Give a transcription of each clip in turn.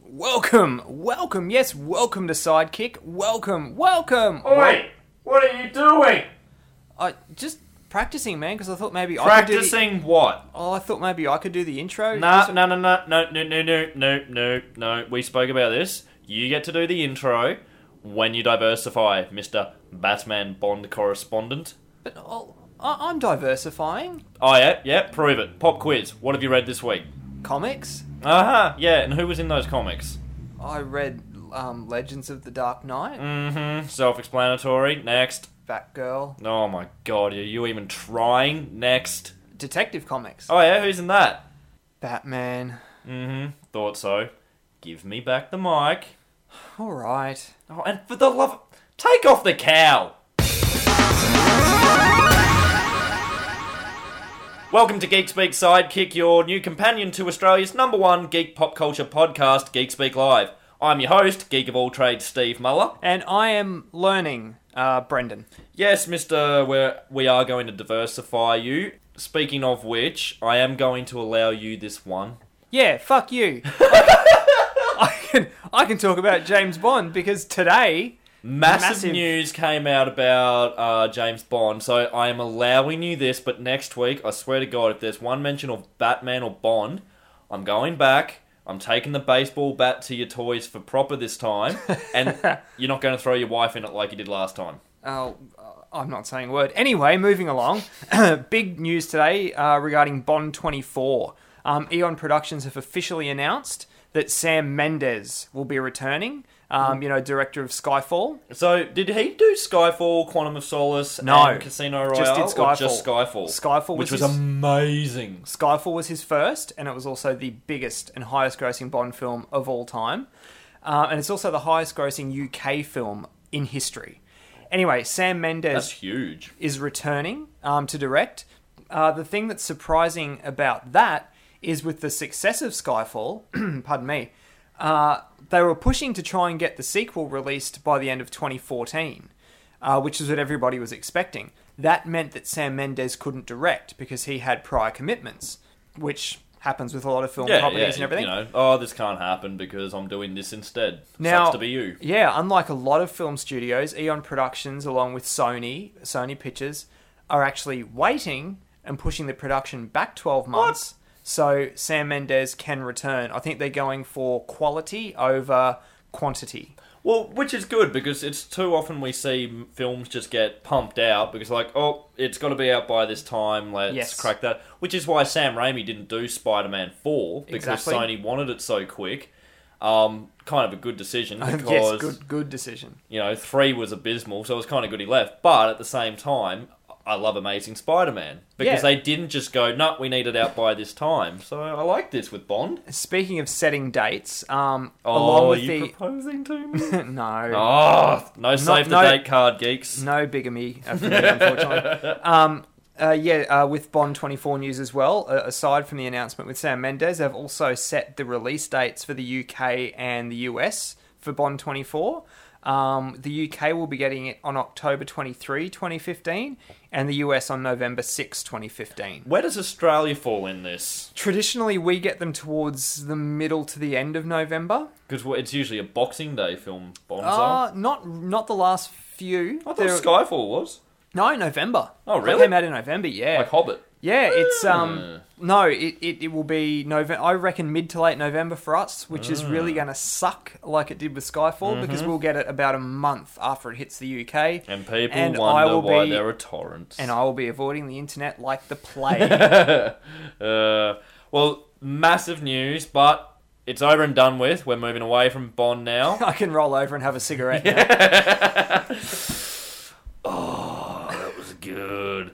Welcome, welcome, yes, welcome to Sidekick. Welcome, welcome. Oi! Oh What are you doing? I just practicing, man, because I thought maybe I could do Practicing what? the, Oh, I thought maybe I could do the intro. No, Just- no, no, no, no, no, no, no, no, no, no. We spoke about this. You get to do the intro when you diversify, Mister Batman Bond correspondent. But I'll, I, I'm diversifying. Oh yeah, yeah. Prove it. Pop quiz. What have you read this week? Comics. Uh huh. Yeah. And who was in those comics? I read um, Legends of the Dark Knight, Mm-hmm. Self-explanatory. Next. Batgirl, Oh my God. Are you even trying? Next. Detective Comics, Oh yeah. Who's in that? Batman. Mm-hmm. Thought so. Give me back the mic. All right. Oh, and for the love, of- take off the cow. Welcome to Geek Speak Sidekick, your new companion to Australia's number one geek pop culture podcast, Geek Speak Live. I'm your host, geek of all trades, Steve Muller. And I am learning, uh, Brendan. Yes, Mister, we're, we are going to diversify you. Speaking of which, I am going to allow you this one. Yeah, fuck you. I can I can talk about James Bond because today Massive, Massive. news came out about uh, James Bond, so I am allowing you this, but next week, I swear to God, if there's one mention of Batman or Bond, I'm going back. I'm taking the baseball bat to your toys for proper this time, and you're not going to throw your wife in it like you did last time. Oh, I'm not saying a word. Anyway, moving along. Big news today uh, regarding Bond 24. Um, Eon Productions have officially announced that Sam Mendes will be returning. Um, you know, director of Skyfall. So, did he do Skyfall, Quantum of Solace, No. and Casino Royale, Just did or just Skyfall? Skyfall. Skyfall which was was his- amazing. Skyfall was his first, and it was also the biggest and highest grossing Bond film of all time. Uh, and it's also the highest grossing UK film in history. Anyway, Sam Mendes That's huge. is returning um, to direct. Uh, the thing that's surprising about that is with the success of Skyfall, pardon me, uh, they were pushing to try and get the sequel released by the end of 2014, uh, which is what everybody was expecting. That meant that Sam Mendes couldn't direct because he had prior commitments, which happens with a lot of film Yeah, properties and yeah, everything. you know, oh, this can't happen because I'm doing this instead. Now- Sucks to be you. Yeah, unlike a lot of film studios, Eon Productions, along with Sony, Sony Pictures, are actually waiting and pushing the production back 12 months so Sam Mendes can return. I think they're going for quality over quantity. Well, which is good because it's too often we see m- films just get pumped out because like, oh, it's got to be out by this time. Let's Yes. crack that. Which is why Sam Raimi didn't do Spider-Man Four because Exactly. Sony wanted it so quick. Um, kind of a good decision because yes, good, good decision. you know three was abysmal, so it was kind of good he left. But at the same time, I love Amazing Spider-Man because Yeah. they didn't just go, "No, we need it out by this time." So I like this with Bond. Speaking of setting dates, um, Oh, along are with you the. proposing to me? no. oh, no, save the no- date card, geeks. No bigamy, uh, for me, unfortunately. um, uh, yeah, uh, with Bond 24 news as well, uh, aside from the announcement with Sam Mendes, they've also set the release dates for the UK and the US for Bond 24. Um, the UK will be getting it on October 23, 2015, and the US on November 6, 2015. Where does Australia fall in this? Traditionally, we get them towards the middle to the end of November. Because it's usually a Boxing Day film, Bonza. Uh, not not the last few. I thought There- Skyfall was. no, November. Oh, It really? came out in November, yeah. Like Hobbit. Yeah, it's um Ah. no, it, it, it will be November. I reckon mid to late November for us, which is Ah. really going to suck like it did with Skyfall Mm-hmm. because we'll get it about a month after it hits the UK, And people And I wonder will why be- there are torrents. and I will be avoiding the internet like the plague. uh, well, massive news, but it's over and done with. We're moving away from Bond now. I can roll over and have a cigarette. now. Oh, that was good.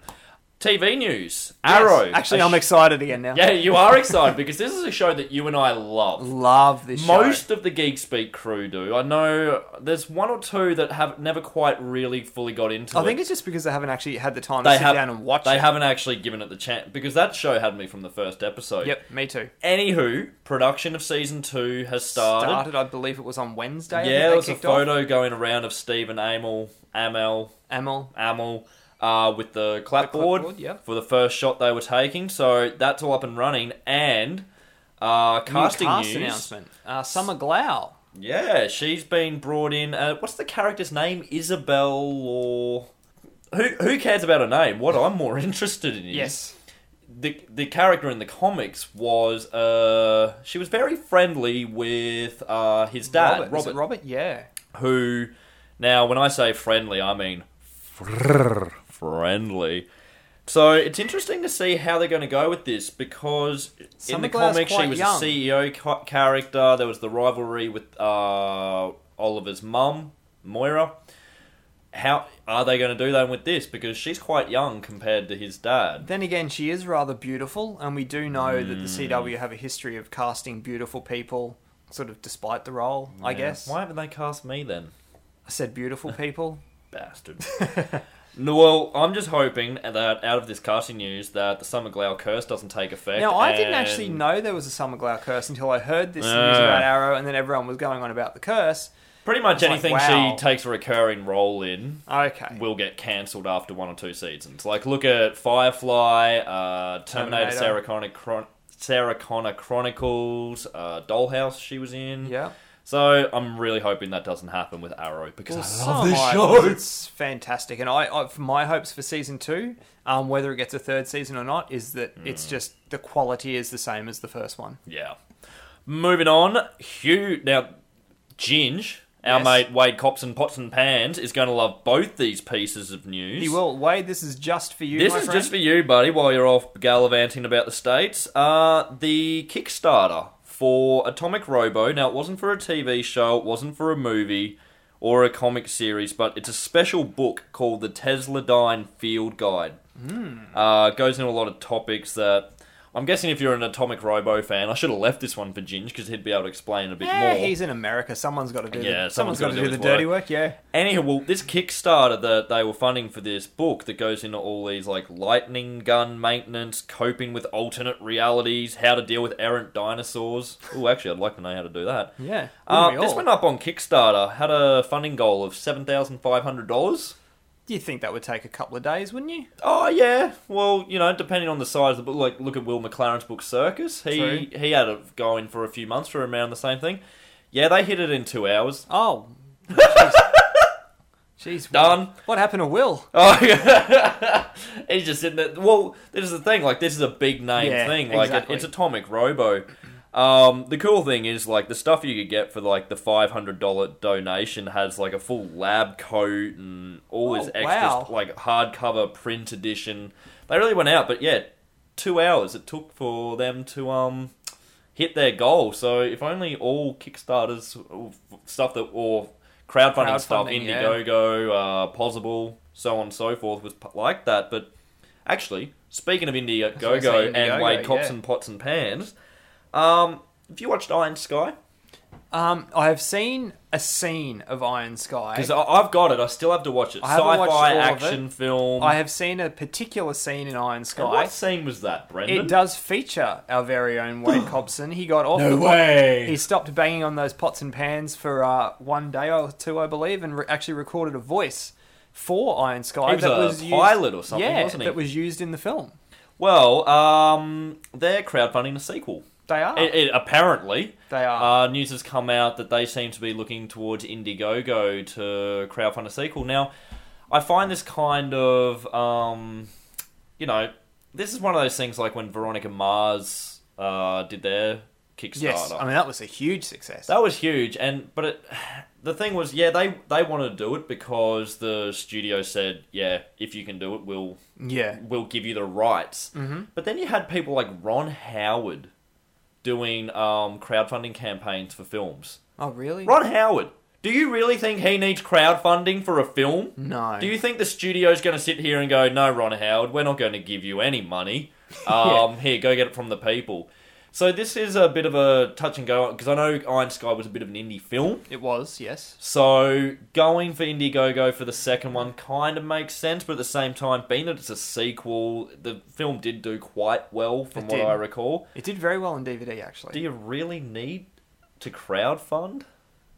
TV news. Yes. Arrow. Actually, A I'm sh- excited again now. Yeah, you are excited because this is a show that you and I love. Love this show. Most of the Geek Speak crew do. I know there's one or two that have never quite really fully got into I it. think it's just because they haven't actually had the time to they sit have, down and watch They it. haven't actually given it the chance because that show had me from the first episode. Yep, me too. Anywho, production of season two has started. I believe it was on Wednesday. I think yeah, they there was a kicked off. photo going around of Steve and Amel, Amel, Amel. Amel, uh, with the clapboard, clapboard, yep. for the first shot they were taking. So that's all up and running, and Uh, New casting cast news. announcement. Uh, Summer Glau. Yeah, she's been brought in. Uh, what's the character's name? Isabel or who? Who cares about her name? What I'm more interested in is Yes. the the character in the comics was uh she was very friendly with uh his dad Robert. Robert, Is it Robert. Yeah. who now when I say friendly I mean friendly. So it's interesting to see how they're going to go with this because in Summer the Glau is comics she quite was young. a CEO ca- character. There was the rivalry with uh, Oliver's mum Moira. How are they going to do that with this? Because she's quite young compared to his dad. Then again, she is rather beautiful, and we do know Hmm. that the CW have a history of casting beautiful people, sort of despite the role, I Yeah. guess. Why haven't they cast me then? I said beautiful people. Bastard. no, well, I'm just hoping that out of this casting news that the Summer Glau curse doesn't take effect. Now, I didn't actually and know there was a Summer Glau curse until I heard this Uh. news about Arrow, and then everyone was going on about the curse. Pretty much It's like, anything wow. she takes a recurring role in Okay. will get cancelled after one or two seasons. Like, look at Firefly, uh, Terminator. Terminator, Sarah Connor, Chron- Sarah Connor Chronicles, uh, Dollhouse she was in. yeah. So I'm really hoping that doesn't happen with Arrow because Well, I love so this am I, show. 'cause It's fantastic, and I, I for my hopes for season two, um, whether it gets a third season or not, is that it's Hmm. just the quality is the same as the first one. Yeah. Moving on, Hugh. Now, Ginge, our Yes. mate Wade Cops and Pots and Pans, is going to love both these pieces of news. You will, Wade. This is just for you. This my is friend. just for you, buddy, while you're off gallivanting about the States. Uh, the Kickstarter for Atomic Robo. Now, it wasn't for a TV show, it wasn't for a movie or a comic series, but it's a special book called The Tesla Dine Field Guide. Hmm. Uh, it goes into a lot of topics that. I'm guessing if you're an Atomic Robo fan, I should have left this one for Ginge because he'd be able to explain a bit Yeah, more. he's in America. Someone's got to do. Yeah, the, someone's someone's got to gotta do, do the his dirty work. Yeah. Anyhow, well, this Kickstarter that they were funding for this book that goes into all these like lightning gun maintenance, coping with alternate realities, how to deal with errant dinosaurs. Oh, actually, I'd like to know how to do that. Yeah. Uh, wouldn't we this all? went up on Kickstarter, had a funding goal of seven thousand five hundred dollars. You'd think that would take a couple of days, wouldn't you? Oh yeah, well you know depending on the size of the book, like look at Will McLaren's book Circus. He True. he had it going for a few months for around the same thing. Yeah, they hit it in two hours. Oh. Jeez. Jeez, Done. What, what happened to Will? Oh, yeah. he's just sitting there. Well, this is the thing. Like, this is a big name Yeah, thing. Like, it- exactly. it's Atomic Robo. Um, the cool thing is, like, the stuff you could get for like the five hundred dollar donation has like a full lab coat and all this Oh, extra wow. like hardcover print edition. They really went out, but yeah, two hours it took for them to um hit their goal. So if only all Kickstarters or f- stuff that or crowdfunding, stuff, Crowdfunding, yeah. Indiegogo, uh, Possible, so on and so forth was p- like that. But actually, speaking of I was gonna Indiegogo say, and Indiegogo, Wade Cops yeah. and Pots and Pans, um, have you watched Iron Sky? Um, I have seen a scene of Iron Sky. Because I've got it. I still have to watch it. I haven't watched Sci-fi all of action film. I have seen a particular scene in Iron And Sky. what scene was that, Brendan? It does feature our very own Wade Cobson. He got off. the pot- He way. stopped banging on those pots and pans for uh, one day or two, I believe, and re- actually recorded a voice for Iron Sky He was that a was used, pilot or something, yeah, wasn't he? That was used in the film. Well, um, they're crowdfunding a sequel. They are. It, it, apparently, They are. Uh, news has come out that they seem to be looking towards Indiegogo to crowdfund a sequel. Now, I find this kind of, um, you know, this is one of those things like when Veronica Mars uh, did their Kickstarter. yes, I mean that was a huge success. That was huge, and but it, the thing was, yeah, they they wanted to do it because the studio said, yeah, if you can do it, we'll yeah, will give you the rights. But then you had people like Ron Howard doing um, crowdfunding campaigns for films. Oh, really? Ron Howard, do you really think he needs crowdfunding for a film? No. Do you think the studio's going to sit here and go, no, Ron Howard, we're not going to give you any money. Um, Here, go get it from the people. So this is a bit of a touch and go because I know Iron Sky was a bit of an indie film. It was, yes. So going for Indiegogo for the second one kind of makes sense, but at the same time, being that it's a sequel, the film did do quite well from It what did. I recall. It did very well on DVD, actually. Do you really need to crowdfund?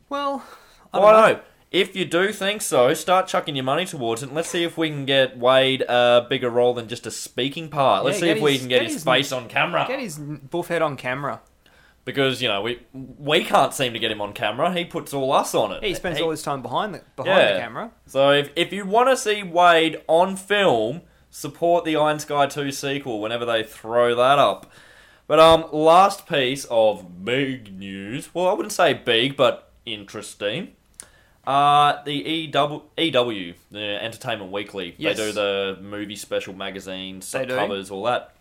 well, I I don't know. don't know. If you do think so, start chucking your money towards it. And let's see if we can get Wade a bigger role than just a speaking part. Let's Yeah, see get if we his- can get, get his, his- face on camera. Get his n- buff head on camera. because you know we we can't seem to get him on camera. He puts all us on it. He spends all his time behind the behind Yeah. the camera. So if if you want to see Wade on film, support the Iron Sky Two sequel whenever they throw that up. But um, last piece of big news. Well, I wouldn't say big, but interesting. Uh, the EW, EW the Entertainment Weekly. Yes. They do the movie special magazines, They do. covers, all that.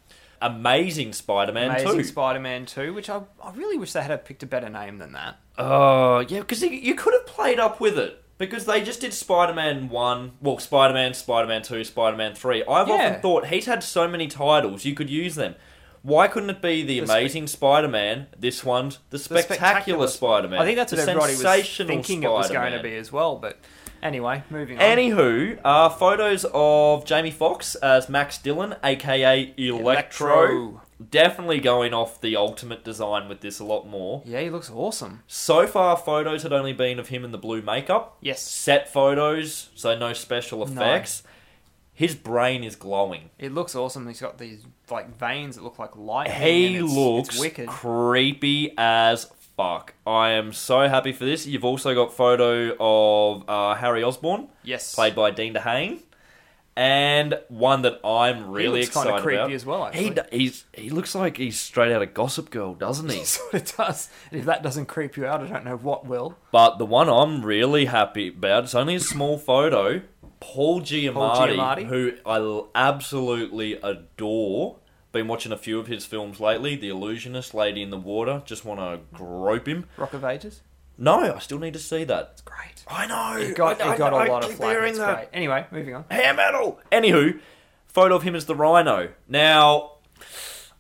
Amazing Spider-Man Amazing 2. Spider-Man Two, which I, I really wish they had picked a better name than that. Oh, yeah, because you could have played up with it. Because they just did Spider Man 1, well, Spider Man, Spider Man 2, Spider Man 3. I've Yeah. often thought he's had so many titles, you could use them. Why couldn't it be The, The spe- Amazing Spider Man? This one's The Spectacular, Spider Man. I think that's the what everybody was sensational thinking it was going to Spider-Man. be as well. But anyway, moving on. Anywho, uh, photos of Jamie Foxx as Max Dillon, aka Electro. Electro. Definitely going off the ultimate design with this a lot more. yeah, he looks awesome. So far, photos had only been of him in the blue makeup. Yes, set photos, so no special effects. His brain is glowing. it looks awesome. He's got these like veins that look like lightning. and He it's- looks it's wicked. creepy as fuck. I am so happy for this. You've also got photo of uh, Harry Osborn, Yes, played by Dean DeHane, and one that I'm He really looks excited kind of creepy about. as well. Actually, He d- he's he looks like he's straight out of Gossip Girl, doesn't he? sort of does. And if that doesn't creep you out, I don't know what will. but the one I'm really happy about, it's only a small photo. Paul Giamatti, Giamatti. who I l- absolutely adore. Been watching a few of his films lately. The Illusionist, Lady in the Water. Just want to grope him. Rock of Ages, No, I still need to see that. it's great. I know. It got, I, it got I- I a lot of keep flack. hearing It's that. great. Anyway, moving on. Hair metal. Anywho, photo of him as the Rhino. Now,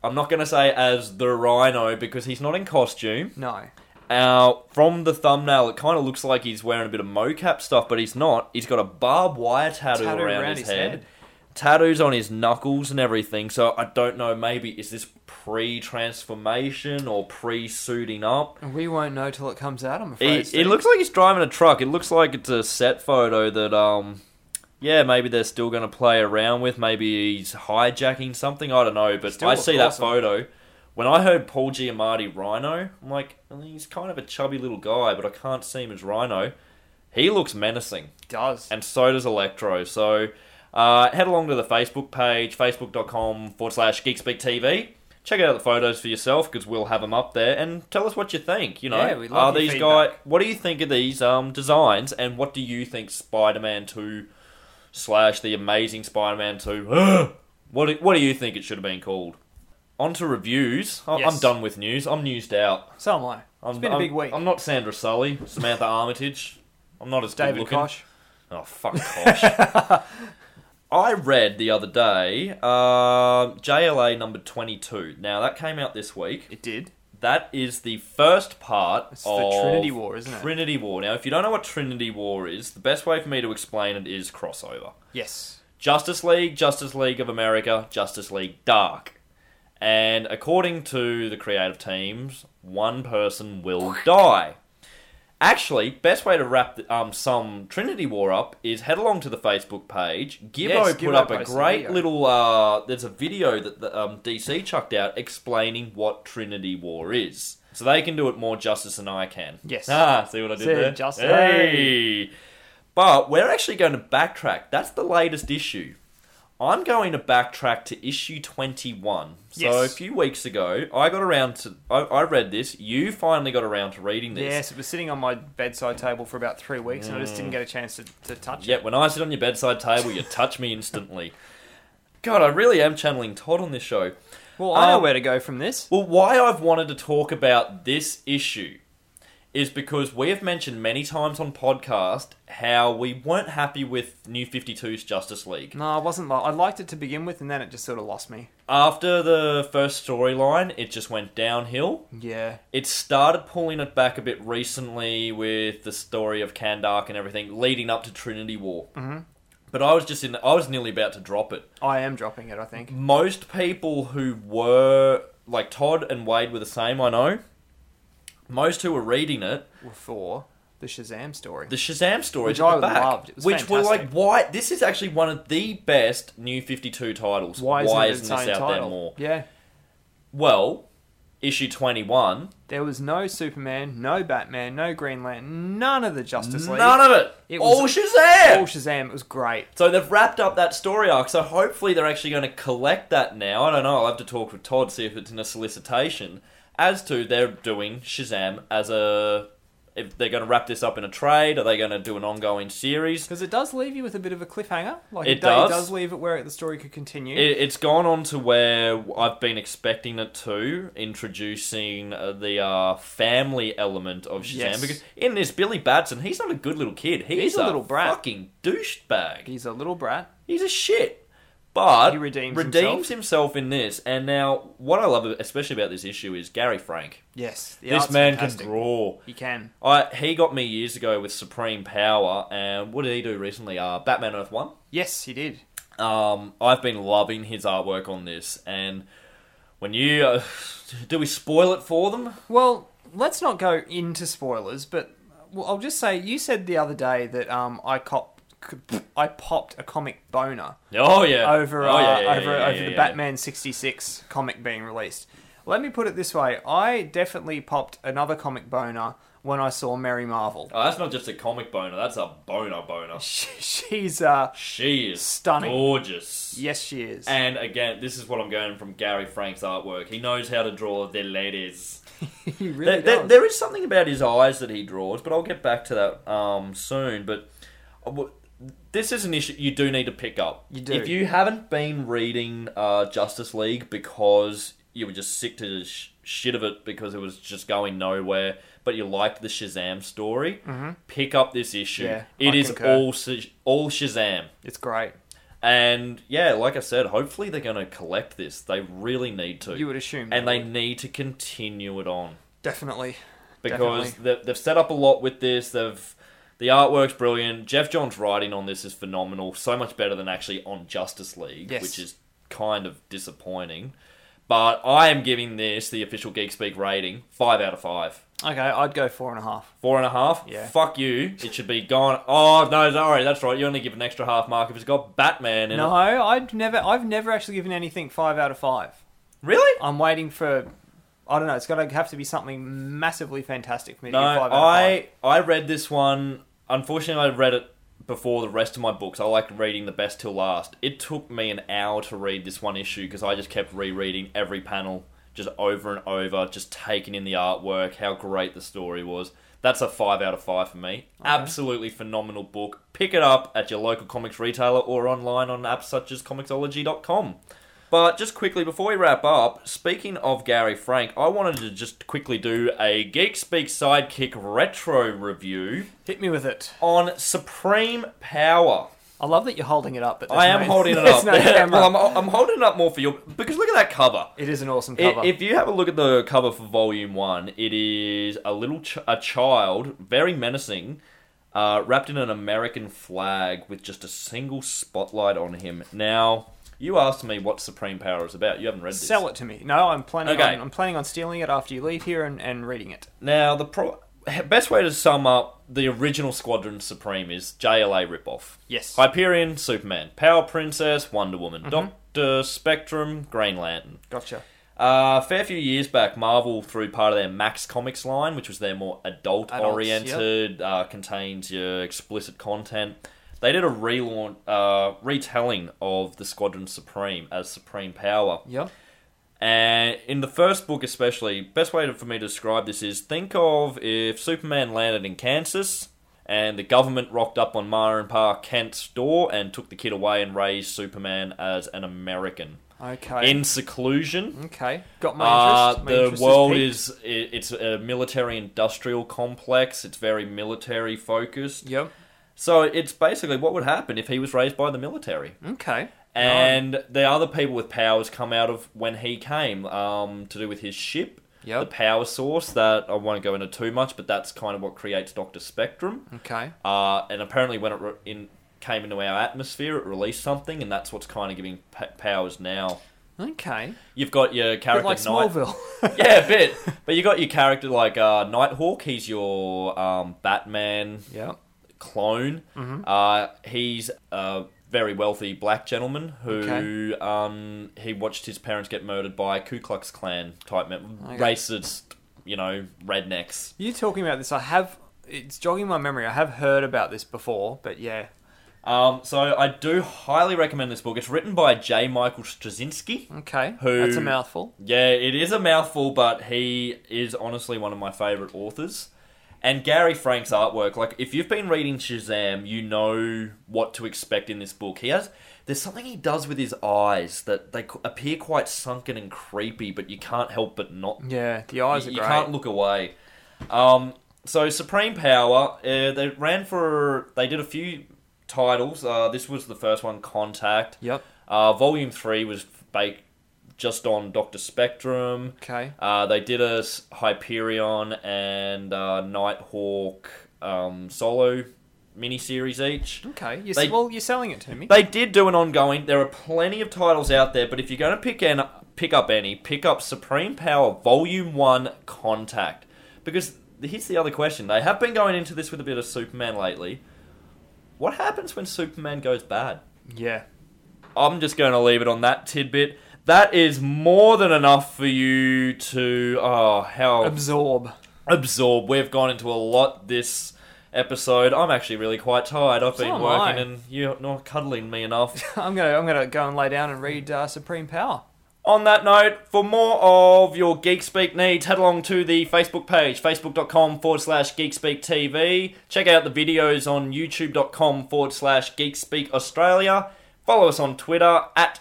I'm not going to say as the Rhino because he's not in costume. No, Uh, from the thumbnail, it kind of looks like he's wearing a bit of mocap stuff, but he's not. He's got a barbed wire tattoo, Tattoo around, around his, his head. head. tattoos on his knuckles and everything. So I don't know. Maybe is this pre-transformation or pre-suiting up? and we won't know till it comes out. I'm afraid. It, Steve. it looks like he's driving a truck. It looks like it's a set photo that um. Yeah, maybe they're still going to play around with. Maybe he's hijacking something. I don't know, but Still I looks see that awesome. photo. When I heard Paul Giamatti Rhino, I'm like, "Oh, he's kind of a chubby little guy, but I can't see him as Rhino. He looks menacing, does. and so does Electro. So uh, head along to the Facebook page, facebook.com forward slash TV. Check out the photos for yourself because we'll have them up there, and tell us what you think. You know, Yeah, we love your are these feedback. guys? What do you think of these um, designs, and what do you think Spider-Man Two slash the Amazing Spider-Man Two? what do, What do you think it should have been called? On to reviews. I- Yes. I'm done with news. I'm newsed out. So am I. I'm, It's been a I'm- big week. I'm not Sandra Sully, Samantha Armitage. I'm not as good David looking. Kosh. Oh fuck Kosh. I read the other day um JLA number 22. Now that came out this week. It did. That is the first part It's the of Trinity War, isn't it? Trinity War. Now if you don't know what Trinity War is, the best way for me to explain it is crossover. Yes. Justice League, Justice League of America, Justice League Dark. And according to the creative teams, one person will die. Actually, best way to wrap the, um, some Trinity War up is head along to the Facebook page. Gibbo Yes, put Gibbo up a posted a great video. little. Uh, there's a video that the, um, DC chucked out explaining what Trinity War is. So they can do it more justice than I can. Yes. Ah, see what I did See, there? justice. Hey! But we're actually going to backtrack. That's the latest issue. I'm going to backtrack to issue 21. So Yes. a few weeks ago, I got around to. I, I read this. You finally got around to reading this. Yes, it was sitting on my bedside table for about three weeks, and I just didn't get a chance to, to touch Yet when I sit on your bedside table, you touch me instantly. God, I really am channeling Todd on this show. it. Well, I know Um, where to go from this. Well, why I've wanted to talk about this issue is because we have mentioned many times on podcast how we weren't happy with New 52's Justice League. No, I wasn't. li- I liked it to begin with, and then it just sort of lost me. After the first storyline, it just went downhill. Yeah. It started pulling it back a bit recently with the story of Kandark and everything leading up to Trinity War. Mm-hmm. But I was just in, I was nearly about to drop it. I am dropping it, I think. most people who were like Todd and Wade were the same, I know. Most who were reading it, For the Shazam story. the Shazam stories Which at the I back, loved. It was which were like, fantastic. why? This is actually one of the best new Fifty Two titles. Why isn't, it its this own out title? there more? Yeah. Well, issue 21, There was no Superman, no Batman, no Green Lantern, none of the Justice League. none of it. It all was- Shazam! All Shazam. It was great. So they've wrapped up that story arc. So hopefully they're actually going to collect that now. I don't know. I'll have to talk with Todd see if it's in a solicitation as to they're doing Shazam as a. If they're going to wrap this up in a trade, are they going to do an ongoing series? Because it does leave you with a bit of a cliffhanger. Like It it, does. does. leave it where the story could continue. It, it's gone on to where I've been expecting it to introducing uh, the uh, family element of Shazam Yes. because in this Billy Batson, he's not a good little kid. He's, He's a little brat. fucking douchebag. He's a little brat. He's a shit. But He redeems redeems himself. in this. And now, what I love especially about this issue is Gary Frank. Yes, the this art's man fantastic. can draw. He can. I, he got me years ago with Supreme Power, and what did he do recently? Uh, Batman Earth 1. Yes, he did. Um, I've been loving his artwork on this, and when you. Uh, do we spoil it for them? Well, let's not go into spoilers, but well, I'll just say you said the other day that um, I cop, I popped a comic boner Oh, yeah. over oh, yeah, uh, yeah, over yeah, over yeah, the yeah. Batman '66 comic being released. Let me put it this way: I definitely popped another comic boner when I saw Mary Marvel. Oh, that's not just a comic boner, that's a boner boner. She, she's uh, She is Stunning. gorgeous. yes, she is. And again, this is what I'm going from Gary Frank's artwork. He knows how to draw their ladies. he really There- there- does. there is something about his eyes that he draws, but I'll get back to that um, soon. But I w- this is an issue you do need to pick up. You do. If you haven't been reading uh, Justice League because you were just sick to the sh- shit of it because it was just going nowhere, but you liked the Shazam story, pick up this issue. Mm-hmm. Yeah, it I is concur. all Sh- all Shazam. It's great. And yeah, like I said, hopefully they're going to collect this. They really need to. You would assume, and they need to continue it on definitely. because they- they've set up a lot with this. They've the artwork's brilliant. Jeff John's writing on this is phenomenal. So much better than actually on Justice League, Yes. which is kind of disappointing. But I am giving this the official Geek Speak rating five out of five. Okay, I'd go four and a half. Four and a half. Yeah. Fuck you. It should be gone. Oh no, sorry, that's right. You only give an extra half mark if it's got Batman in No, it. I'd never. I've never actually given anything five out of five. Really? I'm waiting for. I don't know. It's got to have to be something massively fantastic for me to No, give five out of five. I I read this one. Unfortunately, I read it before the rest of my books. I like reading the best till last. It took me an hour to read this one issue because I just kept rereading every panel just over and over, just taking in the artwork, how great the story was. That's a five out of five for me. Absolutely phenomenal book. Pick it up at your local comics retailer or online on apps such as comicsology.com. But just quickly before we wrap up, speaking of Gary Frank, I wanted to just quickly do a Geek Speak Sidekick retro review Hit me with it. on Supreme Power. I love that you're holding it up. But there's I am no- holding it there's up. No camera. well, I'm, I'm holding it up more for you because look at that cover. It is an awesome I- cover. If you have a look at the cover for Volume One, it is a little ch- a child, very menacing, uh, wrapped in an American flag with just a single spotlight on him. Now, you asked me what Supreme Power is about. You haven't read this. Sell it to me. No, I'm planning. Okay. On, I'm planning on stealing it after you leave here and, and reading it. Now, the pro- best way to sum up the original Squadron Supreme is JLA ripoff. Yes. Hyperion, Superman, Power Princess, Wonder Woman, Doctor Spectrum, Green Lantern. Gotcha. Uh, a fair few years back, Marvel threw part of their Max Comics line, which was their more adult oriented, uh, contains your explicit content. They did a relaunch, uh, retelling of the Squadron Supreme as Supreme Power. Yep. And Uh, in the first book, especially, best way for me to describe this is think of if Superman landed in Kansas and the government rocked up on Mara and Pa Kent's door and took the kid away and raised Superman as an American Okay. in seclusion. okay. Got my Uh, interest. My the interest world peaked. is, i it's a military industrial complex. It's very military focused. Yep. So it's basically what would happen if he was raised by the military. Okay. And the other people with powers come out of when he came um, to do with his ship. Yep. The power source that I won't go into too much, but that's kind of what creates Doctor Spectrum. Okay. Uh, and apparently, when it re- in, came into our atmosphere, it released something, and that's what's kind of giving p- powers now. Okay. You've got your character Bit like Knight Smallville. yeah, a bit. But you got your character like uh, Nighthawk. He's your um, Batman yep. Mm-hmm. clone. Uh, he's a very wealthy black gentleman who Okay. um, he watched his parents get murdered by Ku Klux Klan type men, Okay. racist, you know, rednecks. You talking about this? I have. It's jogging my memory. I have heard about this before, but yeah. Um, so I do highly recommend this book. It's written by J. Michael Straczynski. Okay. Who- That's a mouthful. Yeah, it is a mouthful, but he is honestly one of my favorite authors. And Gary Frank's artwork, like if you've been reading Shazam, you know what to expect in this book. He has there's something he does with his eyes that they c- appear quite sunken and creepy, but you can't help but not. Yeah. The eyes you are you great. can't look away. Um, so Supreme Power, uh, they ran for they did a few titles. Uh, this was the first one, Contact. Yep. Uh, volume three was baked just on Doctor Spectrum. Okay. Uh, they did a s- Hyperion and uh, Nighthawk um, solo miniseries each. Okay. You They- s well, you're selling it to me. They did do an ongoing. There are plenty of titles out there, but if you're going to pick an, pick up any, pick up Supreme Power Volume One Contact, because here's the other question: They have been going into this with a bit of Superman lately. What happens when Superman goes bad? yeah. I'm just going to leave it on that tidbit. That is more than enough for you to oh how Absorb. absorb. We've gone into a lot this episode. I'm actually really quite tired. I've So been am working I. and you're not cuddling me enough. I'm gonna. I'm gonna go and lay down and read uh, Supreme Power. on that note, for more of your Geek Speak needs, head along to the Facebook page, facebook.com forward slash TV. Check out the videos on youtube.com forward slash Geekspeak Australia. Follow us on Twitter at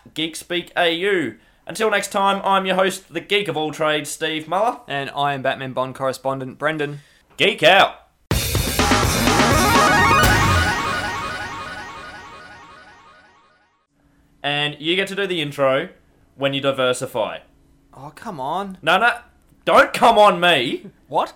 GeekSpeakAU. Until next time, I'm your host, the geek of all trades, Steve Muller. And I am Batman Bond correspondent Brendan. Geek out! And you get to do the intro when you diversify. Oh come on. No, no, don't come on me. What?